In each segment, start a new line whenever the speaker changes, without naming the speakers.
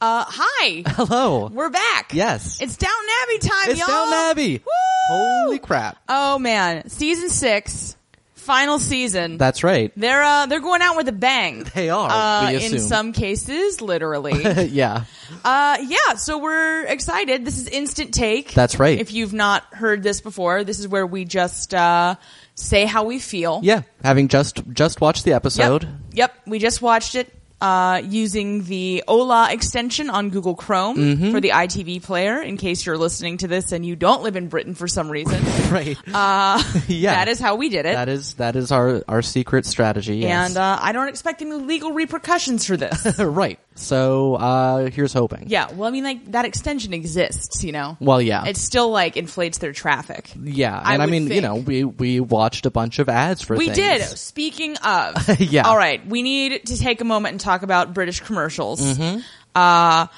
Uh, hi.
Hello.
We're back.
Yes.
It's Downton Abbey time,
It's
y'all.
Downton Abbey.
Woo!
Holy crap.
Oh man, season six, final season.
That's right.
they're uh, they're going out with a bang.
They are,
Uh,
we
in
assume.
some cases, literally.
yeah.
uh, yeah. So we're excited. This is instant take.
That's right.
If you've not heard this before, this is where we just uh, say how we feel.
Yeah. Having just just watched the episode.
Yep. Yep. We just watched it uh, using the Ola extension on Google Chrome
Mm-hmm.
for the ITV player. In case you're listening to this and you don't live in Britain for some reason,
Right. Uh, yeah.
that is how we did it.
that is that is our our secret strategy. Yes.
And uh, I don't expect any legal repercussions for this.
right. So uh here's hoping.
yeah. Well, I mean, like that extension exists, you know.
Well, yeah.
It still like inflates their traffic.
yeah.
I
And I,
would
mean, you
think.
know, we we watched a bunch of ads for
We
things.
did. Speaking of,
Yeah.
All right, we need to take a moment and talk about British commercials.
Mm-hmm.
Uh,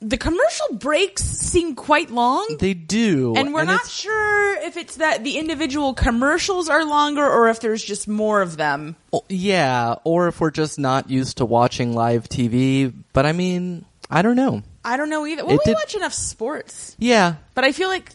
the commercial breaks seem quite long,
They do.
and we're not
it's-
sure if it's that the individual commercials are longer or if there's just more of them.
Oh, yeah, or if we're just not used to watching live TV, but I mean, I don't know.
I don't know either. Well,
It
we
did-
watch enough sports,
Yeah.
but I feel like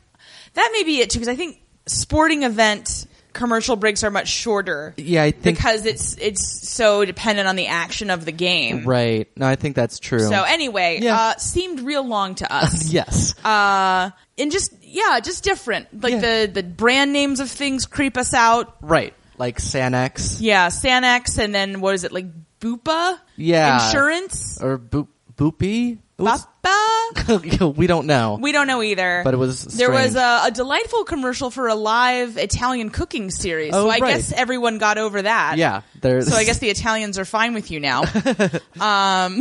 that may be it too because I think sporting event commercial breaks are much shorter.
Yeah, I think
Because it's it's so dependent on the action of the game.
right. No, I think that's true.
So anyway,
Yeah.
uh, seemed real long to us.
yes.
Uh, and just yeah, just different. Like
Yeah.
the the brand names of things creep us out.
right. Like Sanex
Yeah, Sanex, and then what is it like Bupa?
Yeah.
insurance.
or Boop Boopy? It was-
Bupa.
we don't know.
We don't know either.
But it was
there was
strange.
a, a delightful commercial for a live Italian cooking series.
Oh,
so I
right.
guess everyone got over that.
yeah. There's
So I guess the Italians are fine with you now. um,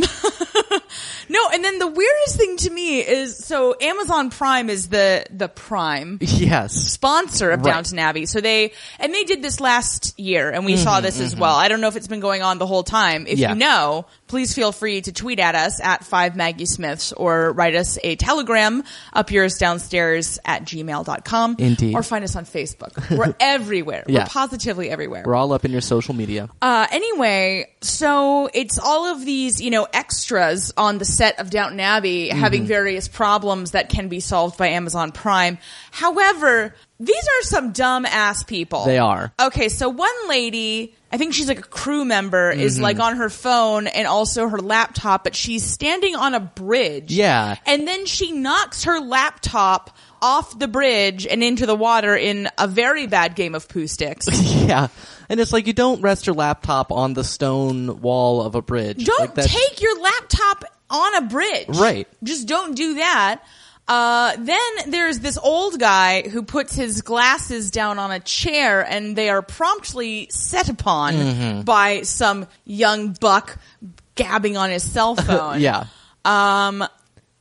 no, and then the weirdest thing to me is so Amazon Prime is the the prime
Yes.
sponsor of
Right.
Downton Abbey. So they and they did this last year, and we saw this as well. I don't know if it's been going on the whole time. If
Mm-hmm, Yeah.
you know, please feel free to tweet at us at five Maggie Smiths or write us a telegram up yours downstairs at gmail.com.
Indeed.
Or find us on Facebook. We're everywhere.
Yeah.
We're positively everywhere.
We're all up in your social media.
Uh, anyway, so it's all of these, you know, extras on the set of Downton Abbey
Mm-hmm.
having various problems that can be solved by Amazon Prime. However, these are some dumb ass people.
They are.
Okay, so one lady, I think she's like a crew member, is
Mm-hmm.
like on her phone and also her laptop, but she's standing on a bridge.
Yeah.
And then she knocks her laptop off the bridge and into the water in a very bad game of poo sticks.
Yeah. And it's like you don't rest your laptop on the stone wall of a bridge.
Don't
Like, that's-
take your laptop on a bridge.
Right.
Just don't do that. Uh, then there's this old guy who puts his glasses down on a chair and they are promptly set upon
Mm-hmm.
by some young buck gabbing on his cell phone.
Yeah.
Um,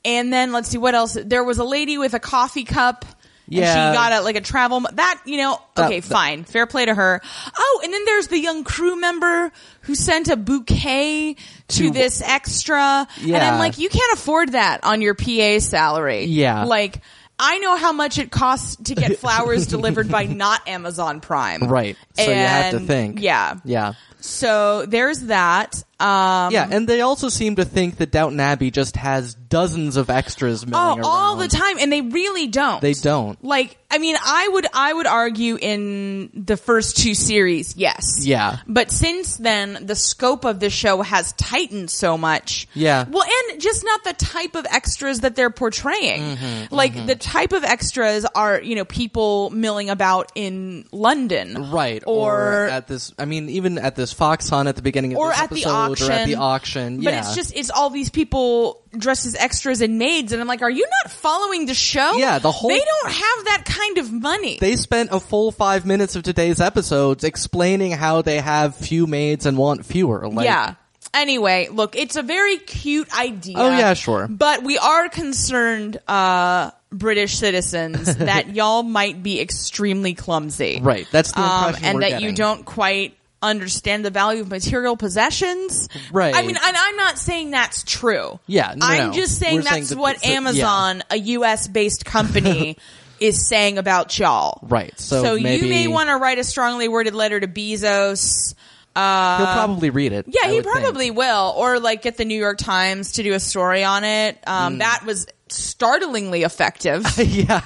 and then let's see what else. There was a lady with a coffee cup. And
Yeah.
she got a, like a travel. mo- That, you know,
That-
okay,
that-
fine. Fair play to her. Oh, and then there's the young crew member who sent a bouquet to,
To-
this extra. And
Yeah.
I'm like, you can't afford that on your PA salary.
Yeah.
Like, I know how much it costs to get flowers delivered by not Amazon Prime.
Right. So you have to
And-
think.
Yeah.
Yeah.
So there's that. Um,
Yeah, and they also seem to think that Downton Abbey just has dozens of extras
Oh,
milling
all
around.
the time, and they really don't.
They don't.
Like, I mean, I would, I would argue in the first two series, yes,
Yeah.
But since then, the scope of the show has tightened so much,
Yeah.
Well, and just not the type of extras that they're portraying.
Mm-hmm,
like the type of extras are, you know, people milling about in London,
Right.
Or,
at this, I mean, even at this Fox Hunt at the beginning of
or
this
at the
episode,
auction,
or at the auction.
But
yeah.
it's just it's all these people dressed as extras and maids, and I'm like, are you not following the show?
Yeah, the whole-
they don't have that kind of money.
They spent a full five minutes of today's episodes explaining how they have few maids and want fewer. Like,
yeah. Anyway, look, it's a very cute idea.
Oh, yeah, sure.
But we are concerned, uh, British citizens, that y'all might be extremely clumsy,
Right. That's the
um,
impression
and
we're
that
getting.
you don't quite understand the value of material possessions.
Right.
I mean, and I'm not saying that's true.
Yeah, no,
I'm
no.
just saying
We're saying
that's
that
what
it's a- yeah.
Amazon, a U.S. based company, is saying about y'all.
Right, so
you may
maybe-
want to write a strongly worded letter to Bezos.
He'll probably read it.
Yeah,
I
he
would think.
probably will, or like get the New York Times to do a story on it. Um,
Mm.
That was startlingly effective.
yeah.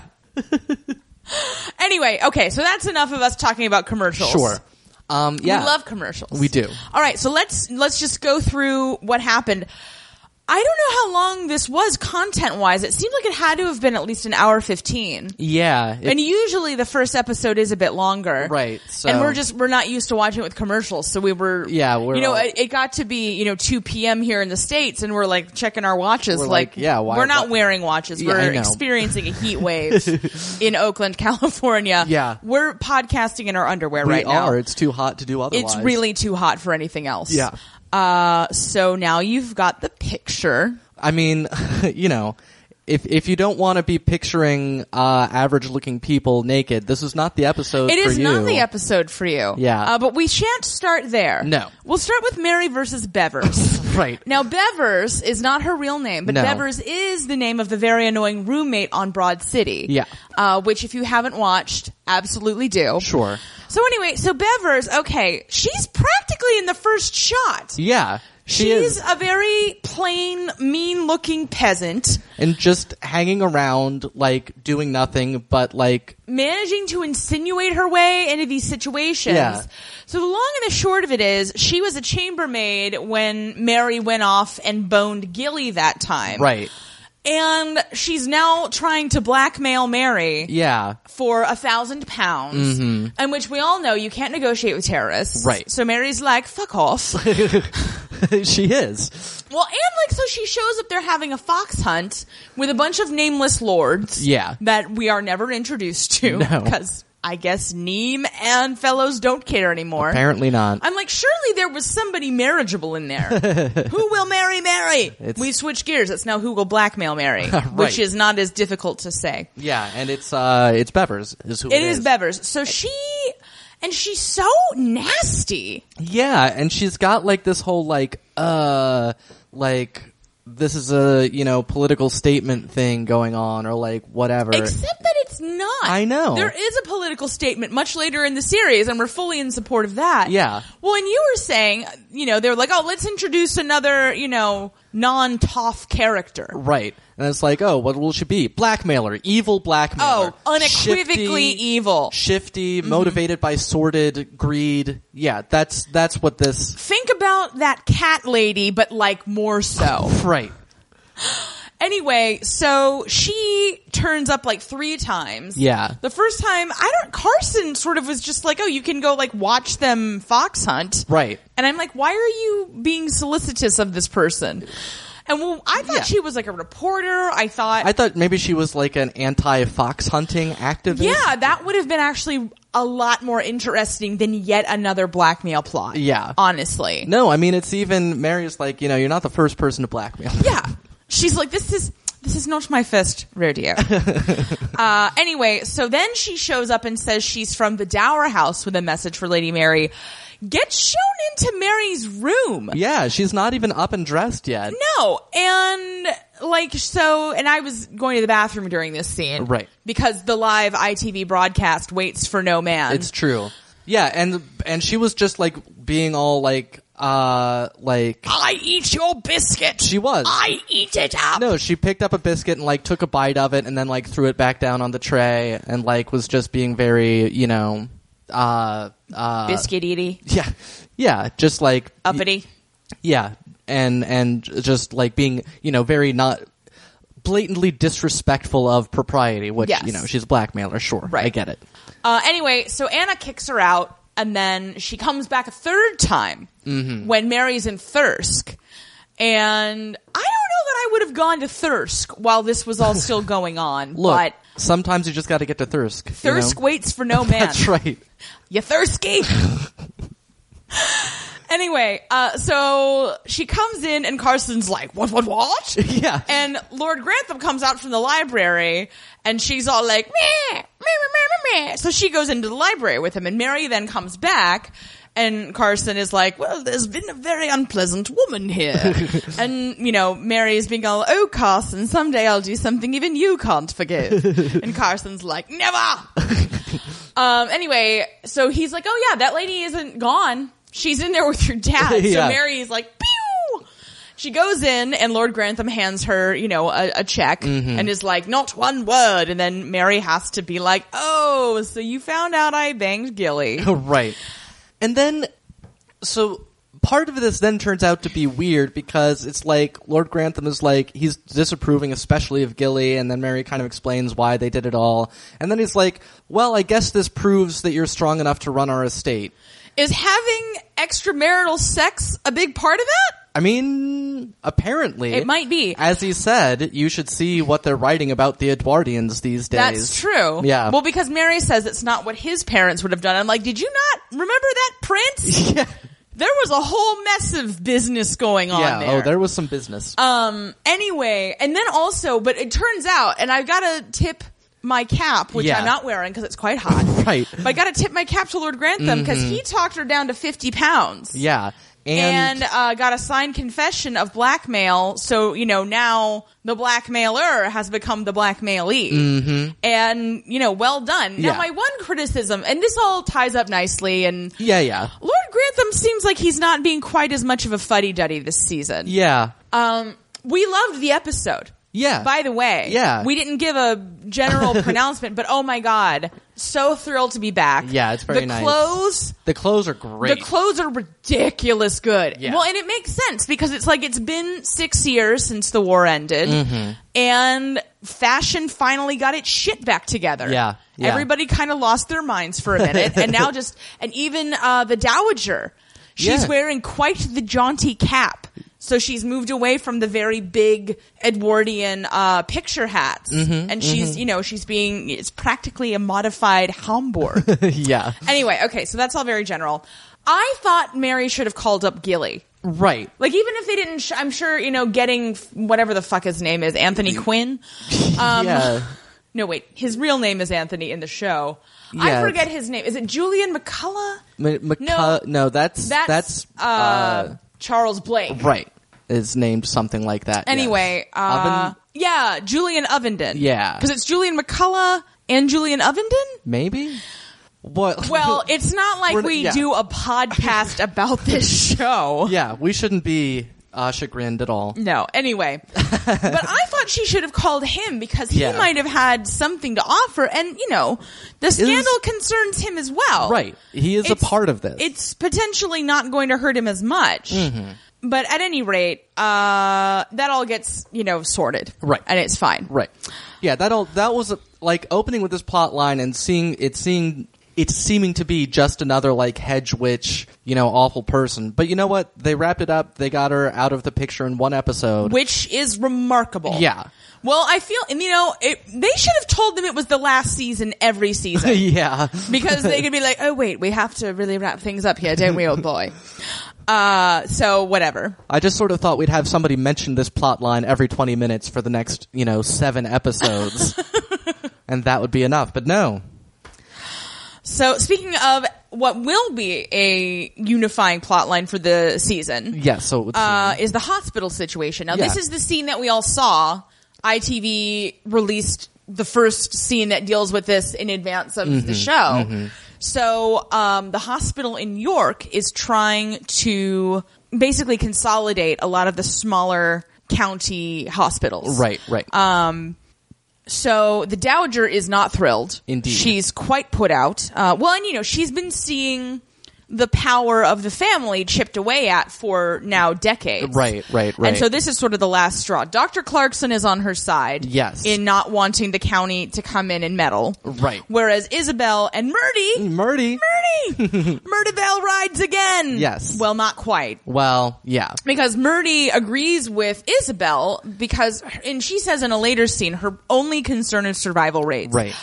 anyway, okay, so that's enough of us talking about commercials.
Sure. Um, yeah.
We love commercials.
We do.
All right, so let's let's just go through what happened. I don't know how long this was content wise. It seemed like it had to have been at least an hour fifteen.
Yeah. It-
And usually the first episode is a bit longer,
Right, so-
and we're just we're not used to watching it with commercials, so we were,
Yeah, we're
you know,
all-
it, it got to be you know two p.m. here in the states, and we're like checking our watches,
We're like, yeah, why-
we're not
why-
wearing watches,
Yeah, I
we're
know.
experiencing a heat wave in Oakland, California.
Yeah.
we're podcasting in our underwear
we
right now.
are. It's too hot to do otherwise.
It's really too hot for anything else.
Yeah.
Uh, so now you've got the picture.
I mean, you know, if if you don't want to be picturing uh, average looking people naked, this is not the episode.
It
for
is not
you.
the episode for you.
Yeah.
Uh, but we shan't start there.
No.
We'll start with Mary versus Bevers.
Right.
Now, Bevers is not her real name, but
No.
Bevers is the name of the very annoying roommate on Broad City.
Yeah.
Uh, which, if you haven't watched, absolutely do.
Sure.
So, anyway, so Bevers, okay, she's practically in the first shot.
Yeah. She
She's
is
a very plain, mean looking peasant.
and just hanging around like doing nothing but like
managing to insinuate her way into these situations.
Yeah.
So the long and the short of it is, she was a chambermaid when Mary went off and boned Gilly that time.
right.
And she's now trying to blackmail Mary
Yeah.
for a thousand pounds, and which we all know you can't negotiate with terrorists.
Mm-hmm. Right.
So Mary's like, fuck off.
she is.
Well, and like, so she shows up there having a fox hunt with a bunch of nameless lords.
Yeah.
That we are never introduced to.
No.
Because I guess Neem and fellows don't care anymore.
Apparently not.
I'm like, surely there was somebody marriageable in there. who will marry Mary?
It's-
we switch gears. It's now who will blackmail Mary, which is not as difficult to say.
yeah, and it's uh it's Bevers is who
It is Bevers. So she, and she's so nasty.
Yeah, and she's got like this whole like uh like this is a you know political statement thing going on or like whatever.
Except that it's not.
I know.
There is a political statement much later in the series, and we're fully in support of that.
Yeah.
Well, and you were saying, you know, they were like, oh, let's introduce another, you know, non toff character.
right. And it's like, oh, what will she be? Blackmailer, evil blackmailer.
Oh, unequivocally
Shifty-
evil.
Shifty,
Mm-hmm.
motivated by sordid greed. Yeah, that's that's what this
Think about that cat lady, but like more so.
right.
Anyway, so she turns up like three times.
Yeah.
The first time, I don't, Carson sort of was just like, oh, you can go like watch them fox hunt.
Right.
And I'm like, why are you being solicitous of this person? And well, I thought
Yeah.
she was like a reporter. I thought,
I thought maybe she was like an anti fox hunting activist.
yeah, that would have been actually a lot more interesting than yet another blackmail plot.
Yeah.
Honestly.
No, I mean it's even Mary's like, you know, you're not the first person to blackmail.
Yeah. She's like, this is, this is not my first rodeo. uh, anyway, so then she shows up and says she's from the Dower House with a message for Lady Mary. Get shown into Mary's room.
Yeah, she's not even up and dressed yet.
No, and like so, and I was going to the bathroom during this scene,
Right.
Because the live ITV broadcast waits for no man.
It's true. Yeah, and and she was just like being all like uh like
I eat your biscuit.
She was.
I eat it up.
no, she picked up a biscuit and like took a bite of it and then like threw it back down on the tray and like was just being very, you know, uh uh
Biscuit eaty,
yeah. Yeah, just like
uppity.
yeah, and and just like being, you know, very not blatantly disrespectful of propriety, which
Yes.
you know, she's a blackmailer, sure. I
Right.
get it.
Uh, anyway, so Anna kicks her out, and then she comes back a third time
Mm-hmm.
when Mary's in Thirsk. And I don't know that I would have gone to Thirsk while this was all still going on,
Look,
but
sometimes you just got to get to Thirsk. you know?
Thirsk waits for no man.
That's right.
You thirsty? anyway, uh, so she comes in and Carson's like, what, what, what?
Yeah.
And Lord Grantham comes out from the library and she's all like, meh, meh, meh, meh, meh, meh. So she goes into the library with him and Mary then comes back and Carson is like, well, there's been a very unpleasant woman here. and, you know, Mary is being all, oh, Carson, someday I'll do something even you can't forgive. and Carson's like, never. Um, anyway, so he's like, oh yeah, that lady isn't gone. she's in there with your dad.
Yeah.
So Mary is like, pew! She goes in and Lord Grantham hands her, you know, a, a check and is like, not one word. And then Mary has to be like, oh, so you found out I banged Gilly.
right. And then, so part of this then turns out to be weird because it's like Lord Grantham is like, he's disapproving, especially of Gilly, and then Mary kind of explains why they did it all. And then he's like, well, I guess this proves that you're strong enough to run our estate.
is having extramarital sex a big part of that?
I mean, apparently.
It might be.
As he said, you should see what they're writing about the Edwardians these days.
That's true.
Yeah.
Well, because Mary says it's not what his parents would have done. I'm like, did you not remember that prince?
yeah.
there was a whole mess of business going on
Yeah.
there.
Oh, there was some business.
Um. Anyway, and then also, but it turns out, and I've got to tip my cap, which
Yeah.
I'm not wearing because it's quite hot.
Right. Mm-hmm.
But I got to tip my cap to Lord Grantham because he talked her down to 50 pounds.
yeah.
and, uh, got a signed confession of blackmail. So you know now the blackmailer has become the blackmailee, and you know well done. Now
Mm-hmm. Yeah.
my one criticism, and this all ties up nicely, and
yeah, yeah.
Lord Grantham seems like he's not being quite as much of a fuddy duddy this season.
Yeah.
Um, we loved the episode.
Yeah.
By the way,
Yeah.
we didn't give a general pronouncement, but oh my god, so thrilled to be back.
Yeah, it's very
the
nice.
Clothes,
The clothes are great.
the clothes are ridiculous good.
Yeah.
Well, and it makes sense because it's like it's been six years since the war ended,
Mm-hmm.
and fashion finally got its shit back together.
Yeah, yeah.
Everybody kind of lost their minds for a minute, and now just and even uh, the dowager, she's
Yeah.
wearing quite the jaunty cap. So she's moved away from the very big Edwardian uh, picture hats,
Mm-hmm,
and she's you know she's being it's practically a modified Hamburg.
yeah.
Anyway, okay, so that's all very general. I thought Mary should have called up Gilly.
Right.
Like, even if they didn't, sh- I'm sure, you know, getting f- whatever the fuck his name is,
Mm-hmm.
Anthony Quinn. Um,
yeah.
No, wait, his real name is Anthony in the show.
Yeah,
I forget his name. Is it Julian McCullough?
M- Mc-
No.
no, that's
That's,
that's
uh, Charles Blake.
right. It's named something like that. yes.
Anyway, uh,
Oven-
yeah, Julian Ovenden.
Yeah.
Because it's Julian McCullough and Julian Ovenden?
maybe. What?
Well, it's not like
We're-
we
yeah.
do a podcast about this show.
yeah, we shouldn't be uh, chagrined at all.
No. Anyway, but I thought she should have called him because he
Yeah.
might have had something to offer, and you know, the scandal concerns him as well.
Right. He is a
It's-
part of this. Mm-hmm.
It's potentially not going to hurt him as much. But at any rate, uh, that all gets you know sorted,
Right.
And it's fine,
Right. Yeah, that all that was like opening with this plot line and seeing it seeing it seeming to be just another like hedge witch, you know, awful person. But you know what? They wrapped it up. They got her out of the picture in one episode.
Which is remarkable.
Yeah.
Well, I feel, and you know, it, they should have told them it was the last season every season.
yeah.
because they could be like, "Oh wait, we have to really wrap things up here, don't we, old boy?" Uh, so whatever.
I just sort of thought we'd have somebody mention this plot line every 20 minutes for the next, you know, 7 episodes. and that would be enough. But no.
So speaking of what will be a unifying plotline for the season,
Yeah, so it would seem-
uh, is the hospital situation. Now, this
Yeah.
is the scene that we all saw. ITV released the first scene that deals with this in advance of
Mm-hmm.
the show. So, um, the hospital in York is trying to basically consolidate a lot of the smaller county hospitals.
right, right.
uh, So the dowager is not thrilled.
Indeed.
she's quite put out. Uh, well, and you know she's been seeing the power of the family chipped away at for now decades.
Right, right, right.
And so this is sort of the last straw. Dr. Clarkson is on her side.
Yes.
In not wanting the county to come in and meddle.
Right.
Whereas Isabel and Murdy,
Murdy.
Murdy, Murdibel rides again.
Yes.
Well, not quite
Well, yeah.
because Murdy agrees with Isabel because, and she says in a later scene, her only concern is survival rates.
Right.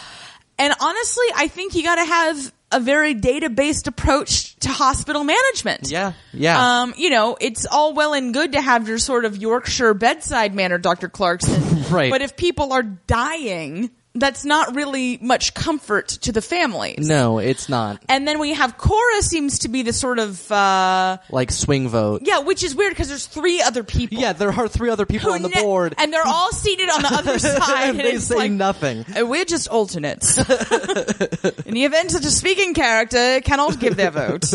And honestly, I think you got to have a very data based approach to hospital management.
Yeah. Yeah.
Um, you know, it's all well and good to have your sort of Yorkshire bedside manner, Dr. Clarkson.
Right.
But if people are dying, that's not really much comfort to the families.
No, it's not.
And then we have Cora seems to be the sort of uh,
Like swing vote.
yeah, which is weird because there's three other people.
Yeah, there are three other people
who
on the
ne-
board,
Oh, and they're all seated on the other side.
and they
it's
say
like,
nothing.
"Uh, We're just alternates. In the event such a speaking character cannot give their vote.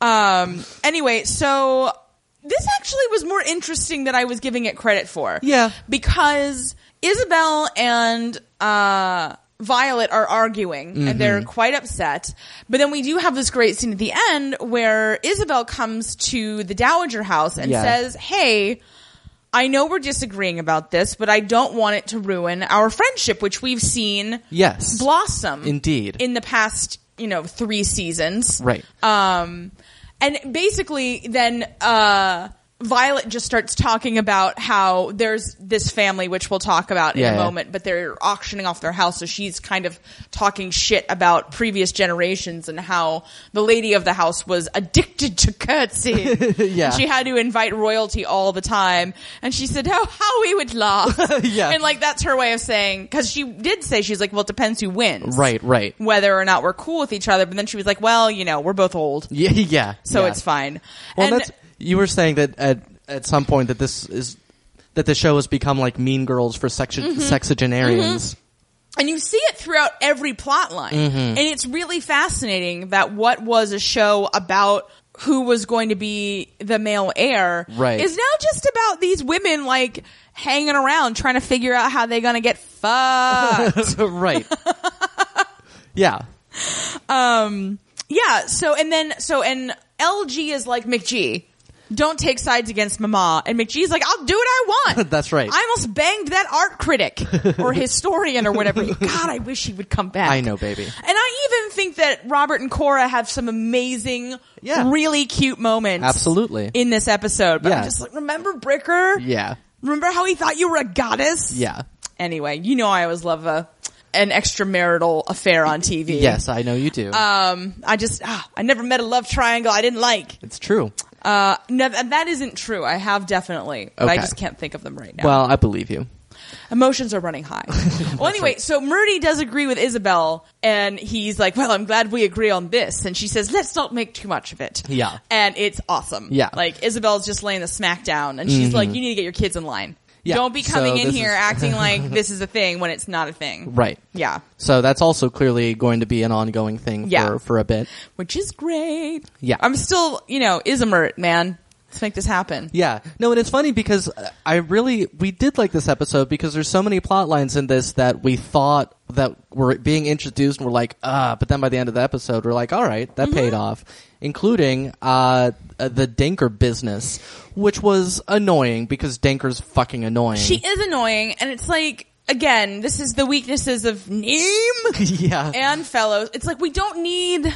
Um, anyway, so this actually was more interesting than I was giving it credit for.
Yeah.
Because Isabel and uh, Violet are arguing
Mm-hmm.
and they're quite upset. But then we do have this great scene at the end where Isabel comes to the Dowager house and
Yeah.
says, Hey, I know we're disagreeing about this, but I don't want it to ruin our friendship, which we've seen
Yes.
blossom
Indeed.
in the past you know three seasons
Right.
um and basically then uh Violet just starts talking about how there's this family, which we'll talk about
Yeah,
in a
yeah.
moment, but they're auctioning off their house. So she's kind of talking shit about previous generations and how the lady of the house was addicted to curtsy.
Yeah.
She had to invite royalty all the time. And she said, oh, how we would laugh.
Yeah.
And like, that's her way of saying, cause she did say, she's like, well, it depends who wins
Right, right.
whether or not we're cool with each other. But then she was like, well, you know, we're both old,
Yeah, yeah.
so
yeah.
it's fine.
Well,
and
that's you were saying that at at some point that this is that the show has become like Mean Girls for sexu-
Mm-hmm.
sexagenarians.
and you see it throughout every plot line.
Mm-hmm.
And it's really fascinating that what was a show about who was going to be the male heir
Right.
is now just about these women like hanging around trying to figure out how they're going to get fucked.
right. yeah.
um, yeah. So, and then, so, and LG is like McG. Don't take sides against Mama. And McGee's like, I'll do what I want.
That's right.
I almost banged that art critic or historian or whatever. God, I wish he would come back.
I know, baby.
And I even think that Robert and Cora have some amazing,
Yeah.
really cute moments.
Absolutely.
In this episode. But I'm
Yeah.
just like, remember Bricker?
yeah.
Remember how he thought you were a goddess?
Yeah.
Anyway, you know I always love a, an extramarital affair on TV.
Yes, I know you do.
Um, I just, ah, I never met a love triangle I didn't like.
it's true.
Uh, no, th- that isn't true. I have definitely, but I
Okay.
just can't think of them right now.
Well, I believe you.
Emotions are running high. well, anyway, so Murdy does agree with Isabel, and he's like, "Well, I'm glad we agree on this." And she says, "Let's not make too much of it."
Yeah.
and it's awesome.
Yeah. Mm-hmm.
like Isabel's just laying the smack down, and she's like, "You need to get your kids in line.
Yeah,
Don't be
so
coming in
this
here
is-
acting like this is a thing when it's not a thing."
Right.
Yeah,
So that's also clearly going to be an ongoing thing
Yeah.
for for a bit.
which is great.
Yeah.
I'm still, you know, Ismert, man. Let's make this happen.
Yeah. No, and it's funny because uh, I really we did like this episode because there's so many plot lines in this that we thought that were being introduced and we're like, ah, but then by the end of the episode we're like, all right, that paid
Mm-hmm.
off, including uh uh, the Danker business, which was annoying because Danker's fucking annoying.
She is annoying, and it's like, again, this is the weaknesses of name.
yeah.
and fellows. It's like we don't need.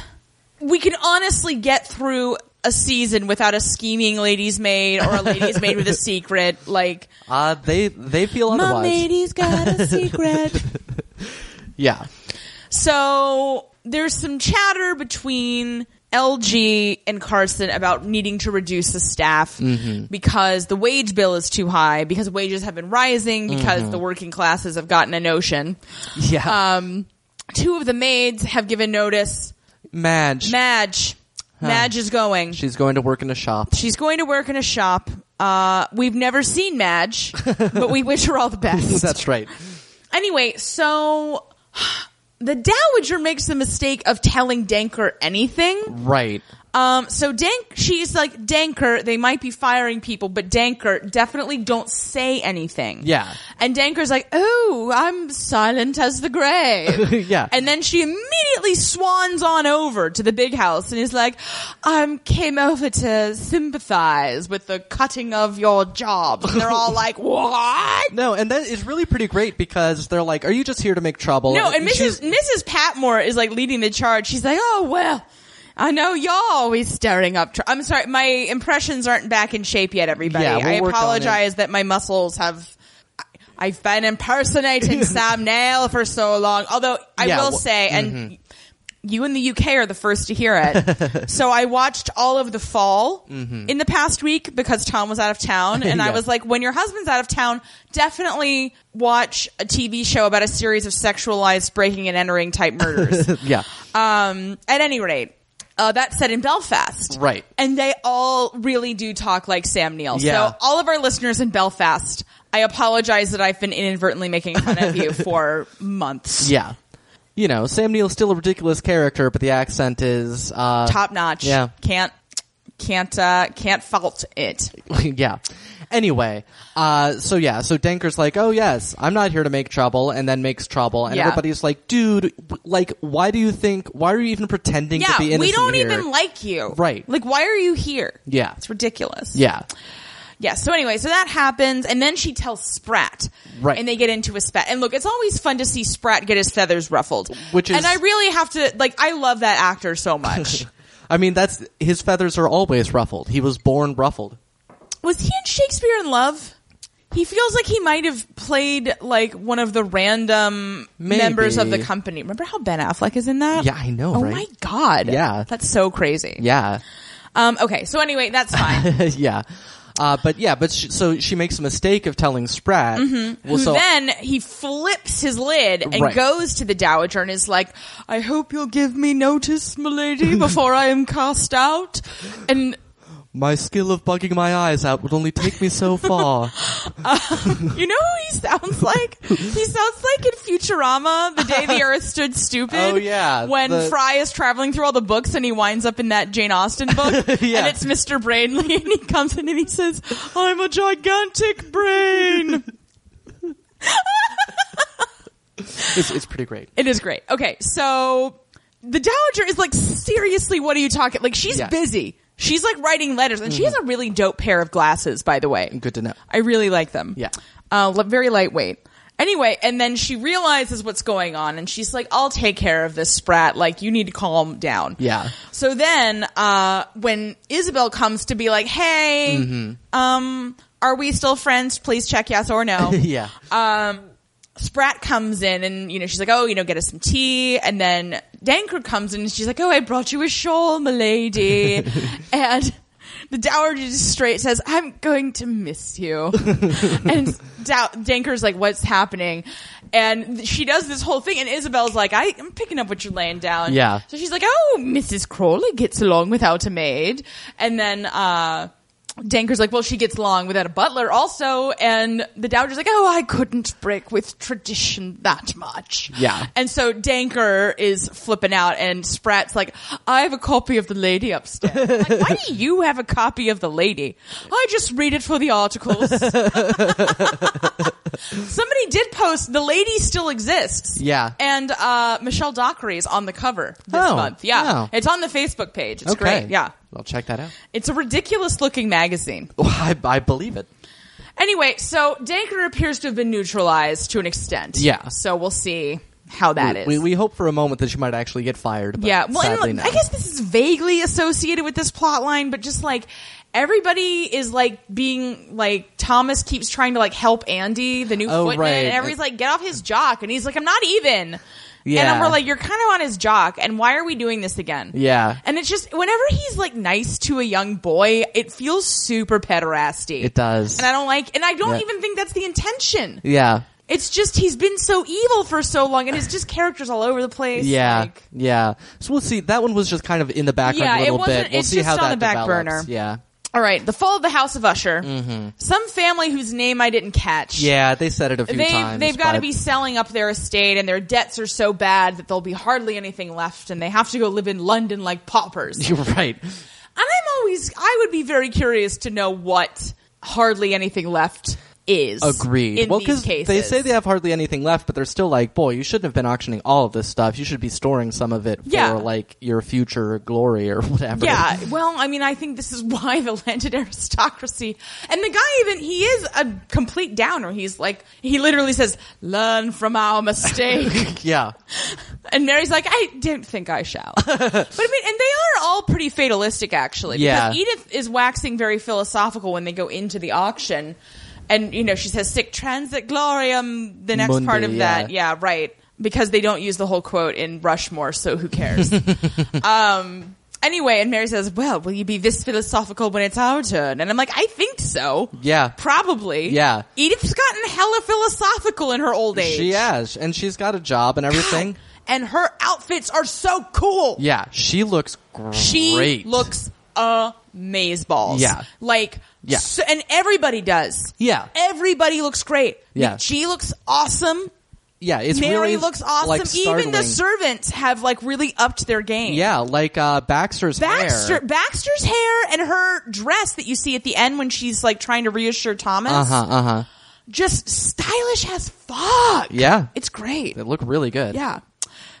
We can honestly get through a season without a scheming lady's maid or a lady's maid with a secret. Like
uh they they feel otherwise.
my lady's got a secret.
Yeah.
so there's some chatter between. LG and Carson about needing to reduce the staff because the wage bill is too high, because wages have been rising, because the working classes have gotten a notion.
Yeah.
Um, two of the maids have given notice
Madge.
Madge. Madge is going.
She's going to work in a shop.
She's going to work in a shop. Uh, we've never seen Madge, but we wish her all the best.
That's right.
anyway, so the Dowager makes the mistake of telling Danker anything.
Right.
Um, so Dank, she's like, Danker, they might be firing people, but Danker, definitely don't say anything.
Yeah.
And Danker's like, oh, I'm silent as the grave.
Yeah.
And then she immediately swans on over to the big house and is like, I came over to sympathize with the cutting of your job. And they're all like, what?
No, and that is really pretty great because they're like, "Are you just here to make trouble?"
No, and
she's-
Mrs. Mrs. Patmore is like leading the charge. She's like, "Oh well, I know y'all always stirring up." Tr- I'm sorry, my impressions aren't back in shape yet. Everybody,
Yeah, we'll
I
work on it.
apologize that my muscles have. I- I've been impersonating Sam Neill for so long. Although I
Yeah, mm-hmm.
will
wh-
say, and you in the UK are the first to hear it. so I watched all of The Fall in the past week because Tom was out of town. And I
Mm-hmm. Yeah.
was like, when your husband's out of town, definitely watch a TV show about a series of sexualized breaking and entering type murders.
yeah.
Um, at any rate, uh, that's set in Belfast.
Right.
And they all really do talk like Sam Neill.
Yeah.
So all of our listeners in Belfast, I apologize that I've been inadvertently making fun of you for months.
Yeah. You know, Sam Neill's still a ridiculous character, but the accent is uh
Top notch.
Yeah.
Can't, can't, uh, can't fault it.
yeah. Anyway, uh so yeah, so Denker's like, "Oh yes, I'm not here to make trouble," and then makes trouble, and
Yeah.
everybody's like, "Dude, w- like why do you think why are you even pretending to
Yeah.
be innocent
We don't
here?
even like you.
Right.
Like, why are you here?
Yeah.
It's ridiculous.
Yeah.
Yeah. So anyway, so that happens, and then she tells Sprat,
Right.
And they get into a spat. And look, it's always fun to see Sprat get his feathers ruffled,
Which is-
and I really have to like, I love that actor so much.
I mean, that's his feathers are always ruffled. He was born ruffled.
Was he in Shakespeare in Love? He feels like he might have played like one of the random
Maybe.
members of the company. Remember how Ben Affleck is in that?
Yeah, I know,
Oh
right?
my god.
Yeah.
That's so crazy.
Yeah.
Um. Okay. So anyway, that's fine.
yeah. Uh, but yeah, but she, so she makes a mistake of telling Sprat.
Mm-hmm.
Well, so
then he flips his lid and
Right.
goes to the dowager and is like, "I hope you'll give me notice, milady, before I am cast out." And
my skill of bugging my eyes out would only take me so far.
you know who he sounds like? he sounds like in Futurama, the day the Earth stood stupid.
Oh, yeah,
when
the-
Fry is traveling through all the books and he winds up in that Jane Austen book,
Yeah.
and it's Mister Brainley, and he comes in and he says, "I'm a gigantic brain."
it's, it's pretty great.
It is great. Okay, so the dowager is like, seriously, what are you talking? Like, she's
Yeah. Mm-hmm.
busy. She's like writing letters, and she has a really dope pair of glasses, by the way.
Good to know.
I really like them.
Yeah.
uh, li- very lightweight. Anyway, and then she realizes what's going on, and she's like, "I'll take care of this sprat. Like, you need to calm down."
Yeah.
So then, uh, when Isabel comes to be like, "Hey, um, are we still friends? Please check yes or no."
Mm-hmm. Yeah.
Sprat comes in and, you know, she's like, oh, you know, get us some tea. And then Danker comes in and she's like, oh, I brought you a shawl, milady. and the dowager just straight says, I'm going to miss you. and Dow- Danker's like, what's happening? And th- she does this whole thing and Isabel's like, I- I'm picking up what you're laying down.
Yeah.
So she's like, oh, Mrs. Crawley gets along without a maid. And then, uh, Danker's like, well, she gets along without a butler also. And the Dowager's like, oh, I couldn't break with tradition that much.
Yeah.
And so Danker is flipping out and Sprat's like, I have a copy of The Lady upstairs. I'm like, why do you have a copy of The Lady? I just read it for the articles. Somebody did post The Lady still exists.
Yeah.
And, uh, Michelle Dockery is on the cover this
Oh,
month. Yeah.
wow.
It's on the Facebook page. It's
okay.
great. Yeah.
I'll check that out.
It's a ridiculous looking magazine.
Well, I, I believe it.
Anyway, so Danker appears to have been neutralized to an extent.
Yeah.
So we'll see how that is.
we, we hope for a moment that she might actually get fired. But
yeah. Well, and
sadly,
look,
no.
I guess this is vaguely associated with this plot line, but just like everybody is like being like Thomas keeps trying to like help Andy, the new
Oh,
footman,
right.
and everybody's like, get off his jock. And he's like, I'm not even.
Yeah.
And we're like, you're kind of on his jock, and why are we doing this again?
Yeah.
And it's just whenever he's like nice to a young boy, it feels super pederasty.
It does.
And I don't like, and I don't
Yeah.
even think that's the intention.
Yeah.
It's just he's been so evil for so long, and it's just characters all over the place.
Yeah,
like-
yeah. So we'll see. That one was just kind of in the background
Yeah,
a
it
little
wasn't-
bit. We'll
it's
see
just
how
on
that
the back burner.
develops. Yeah,
all right, the fall of the House of Usher. Some family whose name I didn't catch.
Mm-hmm. yeah. They said it a few
They,
times.
they've got to
but-
be selling up their estate, and their debts are so bad that there'll be hardly anything left, and they have to go live in London like paupers. and
You're right.
I'm always, I would be very curious to know what hardly anything left is.
Agreed.
In
well,
these
because
cases,
they say they have hardly anything left, but they're still like, boy, you shouldn't have been auctioning all of this stuff. You should be storing some of it
Yeah.
for like your future glory or whatever.
Yeah, well, I mean, I think this is why the landed aristocracy and the guy even he is a complete downer. He's like he literally says, "Learn from our mistake,"
yeah,
and Mary's like, "I don't think I shall." but I mean, and they are all pretty fatalistic, actually. because
Yeah.
Edith is waxing very philosophical when they go into the auction, and you know she says, "Sic transit gloriam." The next
Mundi,
part of
yeah.
that, yeah, right. because they don't use the whole quote in Rushmore, so who cares? um, anyway, and Mary says, "Well, will you be this philosophical when it's our turn?" And I'm like, "I think so.
Yeah.
probably.
Yeah.
Edith's gotten hella philosophical in her old age.
She has, and she's got a job and everything.
and her outfits are so cool.
Yeah, she looks great.
She looks amazeballs.
Yeah.
Like,
Yeah.
so- and everybody does.
Yeah.
Everybody looks great.
Yeah.
She looks awesome.
Yeah, it's
Mary
really
looks awesome.
Like,
Even the
startling.
servants have like really upped their game.
Yeah, like uh, Baxter's
Baxter,
hair.
Baxter's hair and her dress that you see at the end when she's like trying to reassure Thomas,
Uh huh. Uh huh.
just stylish as fuck.
Yeah.
It's great.
They look really good.
Yeah.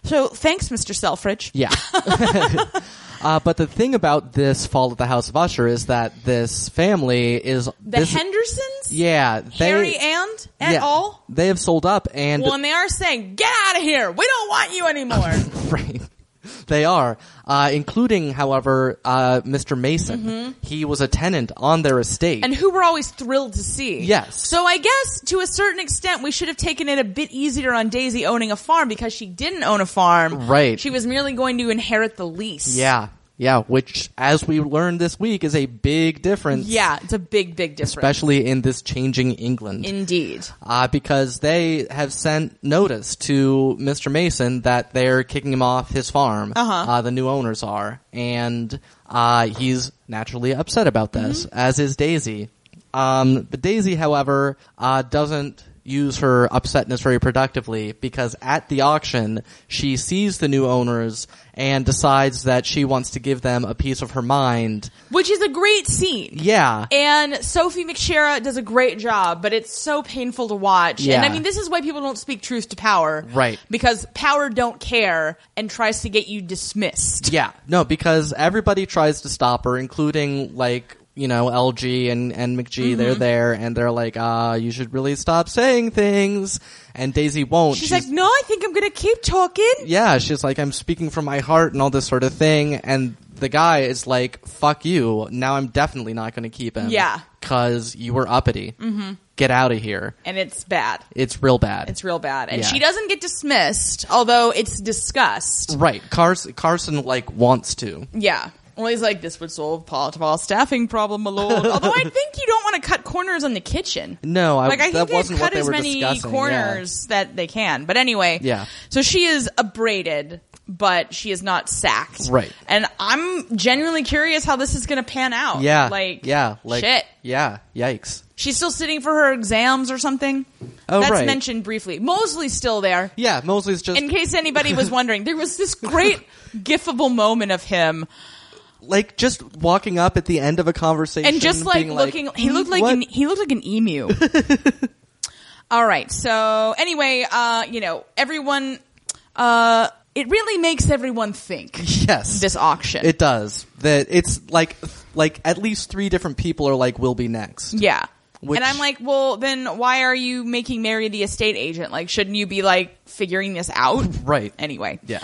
So thanks, Mr. Selfridge.
Yeah. uh, but the thing about this Fall of the House of Usher is that this family is
The
this,
Hendersons?
Yeah, they,
Harry and at
yeah,
all?
They have sold up and
Well, and they are saying, get out of here. We don't want you anymore.
Right. They are, uh, including, however, uh, Mr. Mason. He was a tenant on their estate.
Mm-hmm. and who we're always thrilled to see.
Yes.
So I guess to a certain extent, we should have taken it a bit easier on Daisy owning a farm because she didn't own a farm.
Right.
She was merely going to inherit the lease.
yeah, yeah. Which, as we learned this week, is a big difference.
Yeah. It's a big, big difference.
especially in this changing England.
Indeed.
uh, because they have sent notice to Mr. Mason that they're kicking him off his farm.
Uh-huh.
Uh, the new owners are, and uh, he's naturally upset about this, as is Daisy. Um, but Daisy, however, uh, doesn't use her upsetness very productively because at the auction she sees the new owners and decides that she wants to give them a piece of her mind.
Which is a great scene.
Yeah.
And Sophie McShera does a great job, but it's so painful to watch.
Yeah.
And I mean, this is why people don't speak truth to power.
Right.
Because power don't care and tries to get you dismissed.
Yeah, no, because everybody tries to stop her, including like you know LG and and McG.
Mm-hmm.
They're there and they're like, ah, you should really stop saying things. And Daisy won't.
She's, like, no, I think I'm going to keep talking.
yeah, she's like, I'm speaking from my heart and all this sort of thing. And the guy is like, fuck you. Now I'm definitely not going to keep him.
Yeah.
because you were uppity. Mm-hmm. Get out of here.
And it's bad.
It's real bad.
It's real bad. And
Yeah. Mm.
she doesn't get dismissed, although it's discussed.
right. Carson, Carson like wants to.
Yeah. Well, he's like, this would solve Paul staffing problem, my lord. although I think you don't want to cut corners on the kitchen.
No, I,
like I
that
think they've
wasn't
cut
what they
as
were
many
discussing. yeah.
corners that they can. But anyway,
Yeah.
So she is abraded, but she is not sacked,
Right.
And I'm genuinely curious how this is going to pan out.
Yeah.
like
yeah, like
shit.
Yeah, yikes.
She's still sitting for her exams or something.
Oh,
that's
right.
mentioned briefly. Mosley's still there.
Yeah, Mosley's just
In case anybody was wondering, there was this great gifable moment of him
like just walking up at the end of a conversation
and just like
being
looking he
"Hmm,
looked like
what?"
an, he looked like an emu all right so anyway uh you know everyone uh it really makes everyone think
yes,
this auction
it does. That it's like like at least three different people are like will be next.
yeah
Which-
and i'm like well then why are you making mary the estate agent like shouldn't you be like figuring this out
Right.
anyway
Yeah.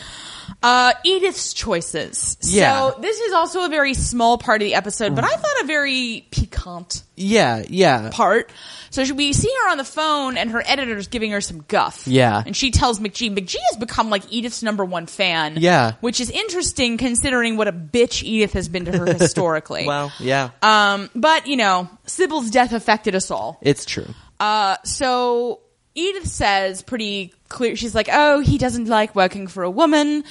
uh, Edith's choices.
Yeah.
So this is also a very small part of the episode, but I thought a very piquant
Yeah. Yeah.
part. So she, we see her on the phone, and her editor's giving her some guff.
Yeah.
and she tells McGee. McGee has become like Edith's number one fan.
Yeah.
which is interesting considering what a bitch Edith has been to her historically.
Well. Yeah.
um, but you know, Sybil's death affected us all.
it's true.
Uh, so Edith says pretty clear. She's like, "Oh, he doesn't like working for a woman,"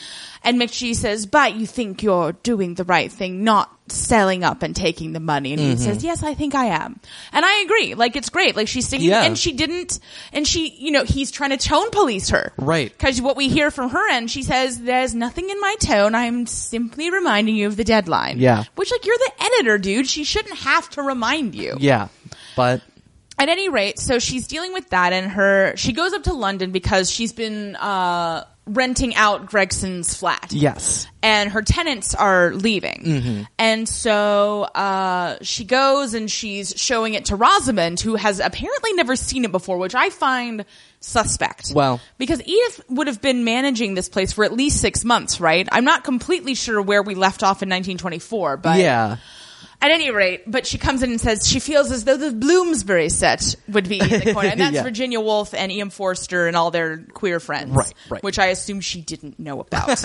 and McGee says, "But you think you're doing the right thing, not." Selling up and taking the money, and
Mm-hmm.
Edith says, "Yes, I think I am," and I agree. Like it's great. Like she's singing,
Yeah.
and she didn't, and she, you know, he's trying to tone police her,
Right.
Because what we hear from her end, she says, "There's nothing in my tone. I'm simply reminding you of the deadline."
Yeah.
which like you're the editor, dude. She shouldn't have to remind you
Yeah. But
at any rate, so she's dealing with that, and her she goes up to London because she's been uh, renting out Gregson's flat.
yes.
And her tenants are leaving. And so uh, she goes and she's showing it to Rosamond, who has apparently never seen it before, which I find suspect.
Well-
because Edith would have been managing this place for at least six months, right? I'm not completely sure where we left off in 1924, but
Yeah.
and At any rate, but she comes in and says she feels as though the Bloomsbury set would be in the corner. And that's
Yeah.
Virginia Woolf and Ian Forster and all their queer friends.
Right, right.
Which I assume she didn't know about.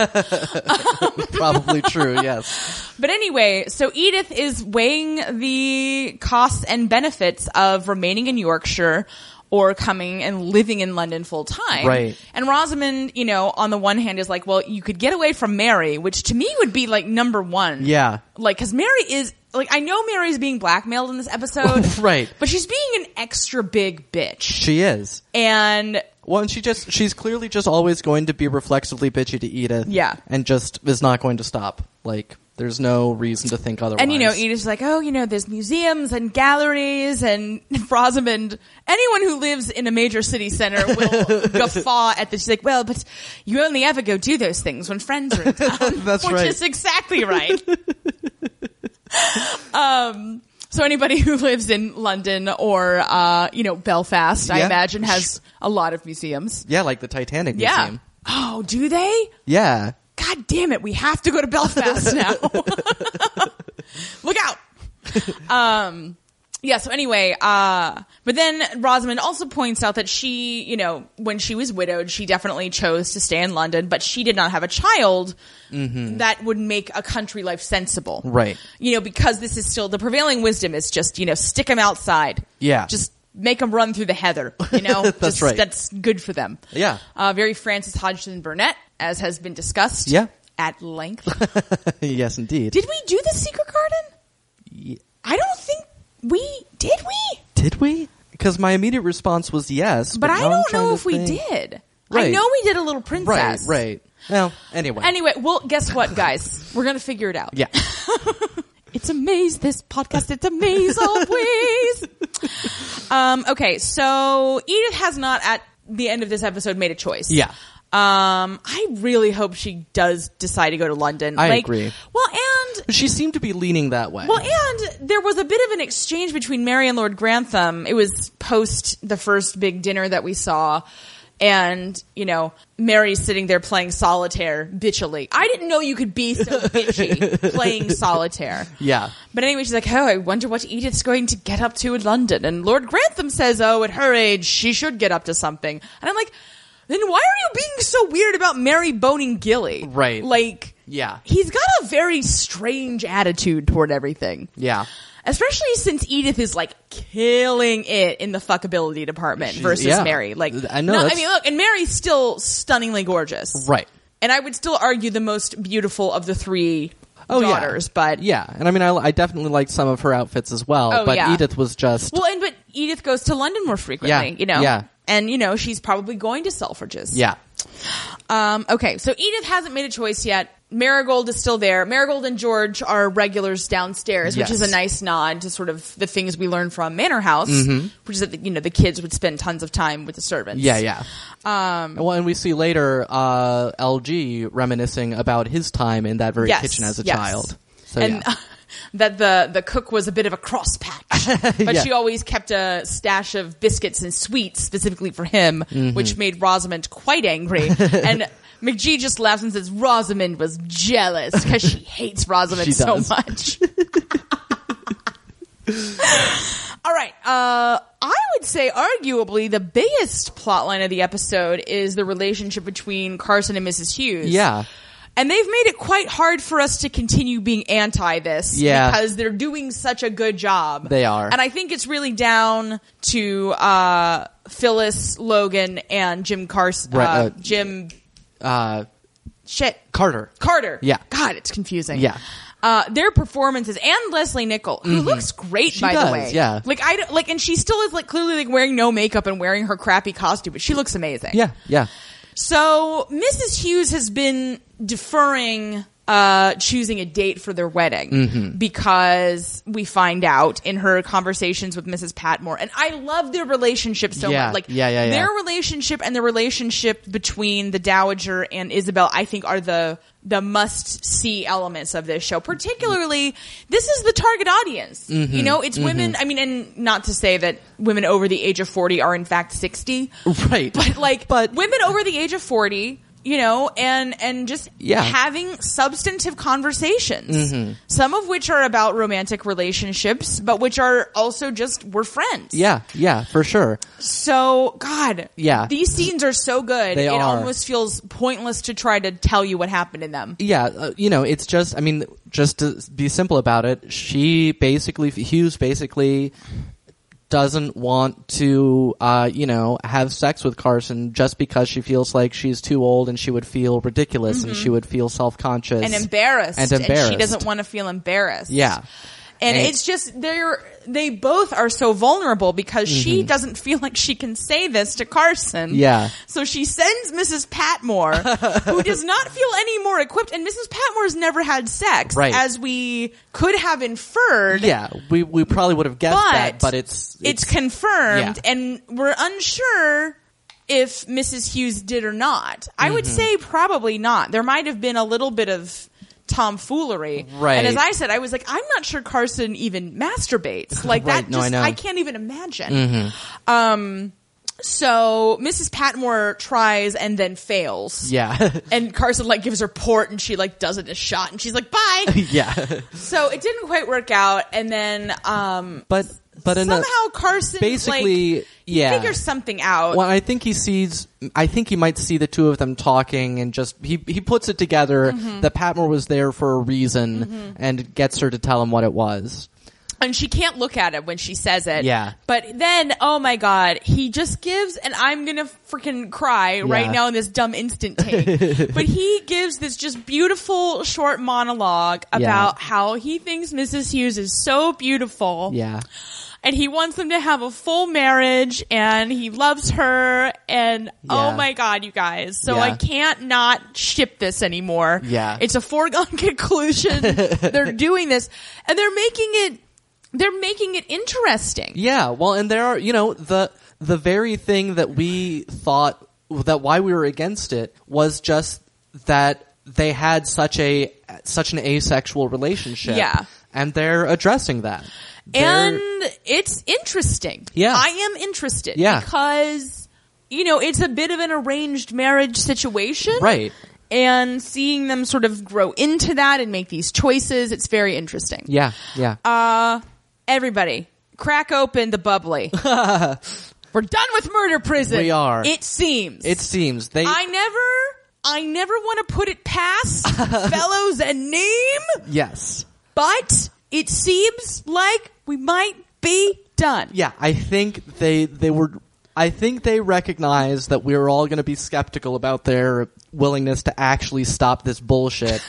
Probably true. Yes.
But anyway, so Edith is weighing the costs and benefits of remaining in Yorkshire or coming and living in London full time.
Right.
And Rosamond, you know, on the one hand is like, well, you could get away from Mary, which to me would be like number one.
Yeah.
Like, cause Mary is, like, I know Mary's being blackmailed in this episode.
Right.
But she's being an extra big bitch.
She is.
And
Well, and she just she's clearly just always going to be reflexively bitchy to Edith.
Yeah.
And just is not going to stop. Like there's no reason to think otherwise.
And you know, Edith's like, oh, you know, there's museums and galleries and Rosamond. Anyone who lives in a major city center will guffaw at this. She's like, well, but you only ever go do those things when friends are in town.
That's
which
right.
is exactly right. um, so anybody who lives in London or uh, you know Belfast, I
Yeah.
imagine, has a lot of museums.
Yeah, like the Titanic
Yeah.
museum.
Oh, do they?
Yeah.
God damn it, we have to go to Belfast now. Look out. Um, yeah, so anyway, uh, but then Rosamond also points out that she, you know, when she was widowed, she definitely chose to stay in London, but she did not have a child that would make a country life sensible.
Mm-hmm. Right.
You know, because this is still the prevailing wisdom is just, you know, stick them outside.
Yeah.
Just make them run through the heather, you know?
That's
Just-
right.
That's good for them.
Yeah.
Uh, very Francis Hodgson Burnett, as has been discussed.
Yeah.
At length.
yes, indeed.
did we do the secret garden? I don't think we did we?
Did we? Because my immediate response was yes,
But
but,
I
now I'm
don't
trying
know
to
if we
think-
did. I
Right.
know we did a little
Right,
princess.
right. Well, anyway.
Anyway, well, guess what, guys? We're gonna figure it out.
yeah.
It's a maze, this podcast. It's a maze always. um, okay, so Edith has not at the end of this episode made a choice.
Yeah.
Um, I really hope she does decide to go to London.
I
like,
agree.
Well, and
She seemed to be leaning that way.
Well, and there was a bit of an exchange between Mary and Lord Grantham. It was post the first big dinner that we saw. And, you know, Mary's sitting there playing solitaire bitchily. I didn't know you could be so bitchy playing solitaire.
yeah.
But anyway, she's like, oh, I wonder what Edith's going to get up to in London. And Lord Grantham says, oh, at her age, she should get up to something. And I'm like, then why are you being so weird about Mary boning Gilly?
Right.
Like,
Yeah.
He's got a very strange attitude toward everything.
Yeah.
Especially since Edith is like killing it in the fuckability department
She's-
versus
yeah.
Mary. Like,
I know,
no, I
that's-
mean, look, and Mary's still stunningly gorgeous.
Right.
And I would still argue the most beautiful of the three
Oh, yeah.
daughters, but
Yeah, and I mean, I, I definitely liked some of her outfits as well,
Oh,
but
yeah.
Edith was just
Well, and but Edith goes to London more frequently,
Yeah,
you know.
yeah.
And you know she's probably going to suffrages.
yeah,
Um. Okay. So Edith hasn't made a choice yet. Marigold is still there. Marigold and George are regulars downstairs, which is
Yes.
a nice nod to sort of the things we learned from Manor House, which is that the, you know the kids would spend tons of time with the servants.
Mm-hmm. yeah, yeah. Um, well, and we see later uh, LG reminiscing about his time in that very
Yes,
kitchen as a
yes.
child. So
and uh,
yeah.
that the the cook was a bit of a cross patch, but
Yeah.
she always kept a stash of biscuits and sweets specifically for him,
Mm-hmm.
which made Rosamond quite angry. and McGee just laughs and says Rosamond was jealous because she hates Rosamond
She
so
does.
much. All right. Uh, I would say arguably the biggest plot line of the episode is the relationship between Carson and Mrs. Hughes.
Yeah.
And they've made it quite hard for us to continue being anti this
Yeah.
because they're doing such a good job.
They are.
And I think it's really down to uh, Phyllis, Logan, and Jim Carson.
Right,
uh,
uh,
Jim.
uh,
Shit.
Carter.
Carter.
Yeah.
God, it's confusing.
Yeah. Mm-hmm.
Uh, their performances and Leslie Nichol, who looks great by the
does,
way.
yeah.
Like I don't- like, and she still is like clearly like wearing no makeup and wearing her crappy costume, but she looks amazing.
Yeah, yeah,
So Mrs. Hughes has been deferring uh, choosing a date for their wedding
Mm-hmm.
because we find out in her conversations with Mrs. Patmore, and I love their relationship so
Yeah,
much. Like,
yeah, yeah, yeah.
their relationship and the relationship between the Dowager and Isabel, I think, are the the must see elements of this show. Particularly, this is the target audience.
Mm-hmm.
You know, it's women. I mean, and not to say that women over the age of forty are in fact sixty
right.
but like
but
women over the age of 40 you know, and and just
Yeah. Mm-hmm.
having substantive conversations, some of which are about romantic relationships, but which are also just we're friends.
Yeah, yeah, for sure.
So God,
Yeah.
these scenes are so good.
They
it
are.
almost feels pointless to try to tell you what happened in them.
yeah, uh, you know, it's just, I mean, just to be simple about it, she basically, Hughes basically doesn't want to, uh, you know, have sex with Carson just because she feels like she's too old and she would feel ridiculous and she would feel self conscious.
Mm-hmm. and embarrassed,
And
she
embarrassed.
doesn't want to feel embarrassed.
Yeah.
and,
And-
it's just they're they both are so vulnerable because she doesn't feel like she can say this to Carson.
Mm-hmm. Yeah.
so she sends Mrs. Patmore, who does not feel any more equipped, and Mrs. Patmore's never had sex,
Right.
as we could have inferred.
Yeah, we, we probably would have guessed
But
that, but it's,
It's, confirmed,
Yeah.
and we're unsure if Mrs. Hughes did or not. I
Mm-hmm.
would say probably not. There might have been a little bit of tomfoolery.
Right.
And as I said, I was like, I'm not sure Carson even masturbates. Like
Right,
that
no,
just
I know. Mm-hmm.
can't even imagine. Um so Mrs. Patmore tries and then fails.
yeah,
And Carson like gives her port and she like does it a shot and she's like, Bye.
yeah.
so it didn't quite work out and then um
But, but in a,
somehow Carson
basically,
like,
yeah.
figures something out.
Well, I think he sees. I think he might see the two of them talking, and just he he puts it together
Mm-hmm.
that Patmore was there for a reason, and gets her to tell him what it was.
and she can't look at it when she says it.
Yeah.
But then, oh my God, he just gives, and I'm gonna freaking cry right
Yeah.
now in this dumb instant take. but he gives this just beautiful short monologue about how he thinks Mrs. Hughes is so beautiful.
Yeah,
And he wants them to have a full marriage and he loves her and oh
Yeah.
my god, you guys. So
Yeah.
I can't not ship this anymore.
Yeah.
It's a foregone conclusion. they're doing this and they're making it they're making it interesting.
yeah. Well, and there are you know the the very thing that we thought that why we were against it was just that they had such a such an asexual relationship.
Yeah.
and they're addressing that. They're-
and it's interesting.
Yeah.
I am interested
Yeah.
because you know, it's a bit of an arranged marriage situation.
right.
And seeing them sort of grow into that and make these choices, it's very interesting.
Yeah, yeah.
Uh, everybody, crack open the bubbly. We're done with murder prison.
We are.
It seems.
it seems they.
I never. I never want to put it past fellows and name,
yes.
but it seems like we might be done.
yeah, I think they they were. I think they recognized that we were all going to be skeptical about their willingness to actually stop this bullshit,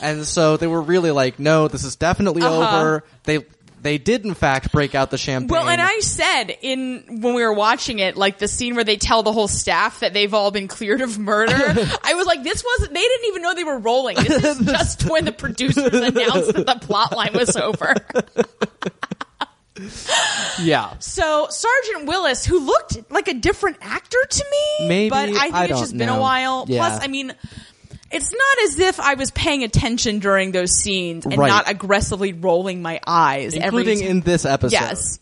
and so they were really like, "No, this is definitely
Uh-huh.
over." They they did in fact break out the champagne.
Well, and I said in when we were watching it, like the scene where they tell the whole staff that they've all been cleared of murder. I was like, this wasn't. They didn't even know they were rolling. This is just when the producers announced that the plot line was over.
yeah,
So Sergeant Willis, who looked like a different actor to me,
Maybe,
but I think
I
it's
don't
just been a
know.
while.
Yeah.
Plus, I mean. It's not as if I was paying attention during those scenes and
Right.
not aggressively rolling my eyes, every
including
time.
in this episode.
Yes.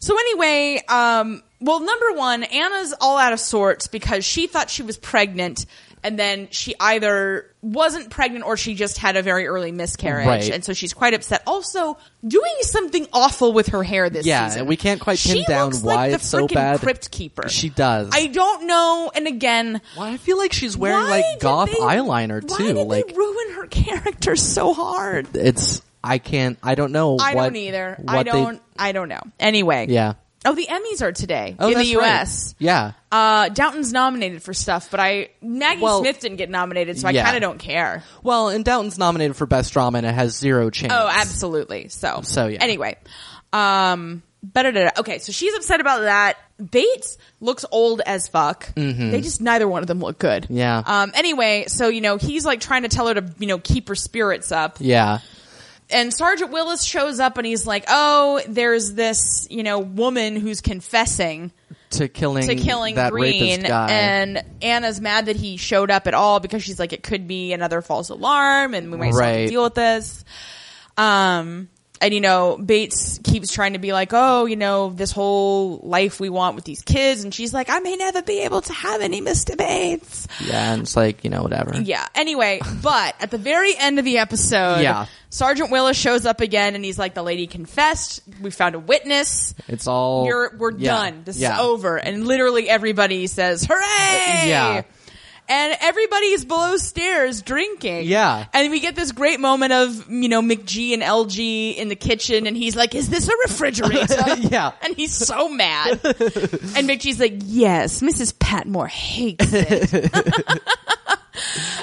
So anyway, um, well, number one, Anna's all out of sorts because she thought she was pregnant, and then she either wasn't pregnant or she just had a very early miscarriage,
Right.
and so she's quite upset. Also, doing something awful with her hair this
Yeah,
season.
and we can't quite pin
She
down
looks
why
like the
it's so
frickin'
bad.
Crypt keeper.
She does.
I don't know. And again,
well, I feel like she's wearing
why
like
did
goth
they-
eyeliner
why
too.
did
like
they ruin her character so hard.
it's I can't. I don't know.
I
what,
don't either.
What
I
they-
don't. I don't know. Anyway,
yeah.
Oh, the Emmys are today
Oh,
in the
that's right.
U.S.
Yeah.
Uh, Downton's nominated for stuff, but I Maggie
Well-
Smith didn't get nominated, so I
Yeah.
kind of don't care.
Well, and Downton's nominated for best drama, and it has zero chance.
Oh, absolutely. So,
So, yeah.
Anyway, um, ba-da-da-da. okay. So she's upset about that. Bates looks old as fuck. They just neither one of them look good.
Mm-hmm. Yeah.
Um. Anyway, so you know he's like trying to tell her to you know keep her spirits up.
yeah,
and Sergeant Willis shows up and he's like, "Oh, there's this, you know, woman who's confessing
to killing
to killing
that
Green,
rapist guy.
and Anna's mad that he showed up at all because she's like, it could be another false alarm, and we might still have to
Right.
deal with this." Um, and you know Bates keeps trying to be like, "Oh, you know, this whole life we want with these kids," and she's like, "I may never be able to have any, Mister Bates."
Yeah, and it's like you know whatever.
Yeah. Anyway, but at the very end of the episode,
Yeah.
Sergeant Willis shows up again, and he's like, "The lady confessed. We found a witness.
It's all
You're, we're
yeah,
done. This
yeah. Uh,
is over." And literally everybody says, "Hooray!"
Yeah.
And everybody's below stairs drinking.
Yeah.
And we get this great moment of, you know, McG and LG in the kitchen, and he's like, Is this a refrigerator?
yeah.
And he's so mad. and McGee's like, yes, Mrs. Patmore hates it.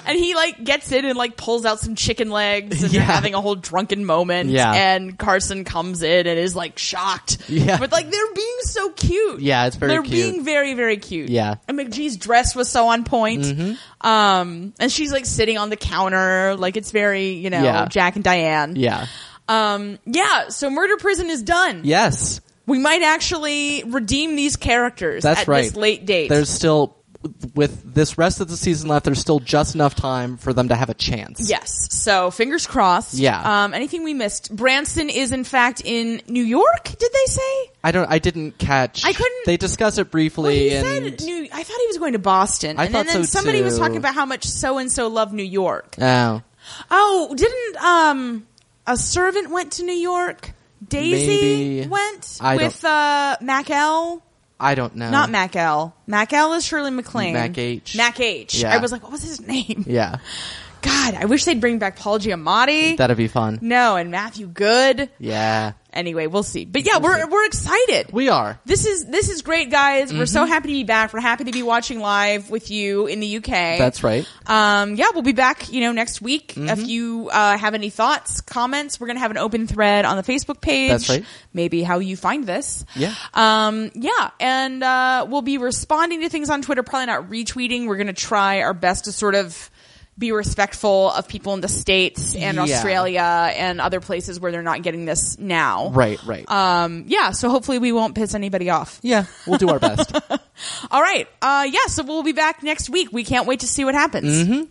and he like gets in and like pulls out some chicken legs and
Yeah.
they're having a whole drunken moment.
Yeah.
And Carson comes in and is like shocked.
Yeah.
But like they're being so cute.
Yeah, it's very
They're
cute.
being very, very cute.
Yeah. Mm-hmm.
And McGee's dress was so on point. Um, and she's like sitting on the counter. Like it's very, you know,
Yeah.
Jack and Diane.
Yeah.
Um, yeah. So murder prison is done.
Yes.
We might actually redeem these characters
That's
at
right.
this late date.
There's still with this rest of the season left. There's still just enough time for them to have a chance.
yes. So fingers crossed.
Yeah.
Um, anything we missed? Branson is in fact in New York. Did they say?
I don't. I didn't catch.
I couldn't-
They discuss it briefly,
Well, he
and
said New. I thought he was going to Boston.
I
and then,
thought
then
so,
somebody was
too.
talking about how much so and so loved New York.
oh,
Oh, didn't um a servant went to New York? Daisy
Maybe.
went
I don't-
with uh Macel.
I don't know.
Not Mac L. Mac L is Shirley MacLaine.
Mac H.
Mac H.
Yeah.
I was like, what was his name?
Yeah,
God, I wish they'd bring back Paul Giamatti.
that'd be fun.
no, and Matthew Good.
Yeah,
Anyway, we'll see. But yeah, we're we're excited.
we Mm-hmm. are.
this is this is great, guys. We're so happy to be back. We're happy to be watching live with you in the UK.
That's right.
Um, yeah, we'll be back, you know, next week.
Mm-hmm.
If you uh, have any thoughts, comments, we're gonna have an open thread on the Facebook page.
That's right.
Maybe how you find this.
Yeah.
Um, yeah, and uh, we'll be responding to things on Twitter. Probably not retweeting. We're gonna try our best to sort of be respectful of people in the states and
Yeah.
Australia and other places where they're not getting this now.
Right, right.
Um, yeah. So hopefully we won't piss anybody off.
yeah, we'll do our best. Mm-hmm.
All right. Uh, yeah. So we'll be back next week. We can't wait to see what happens.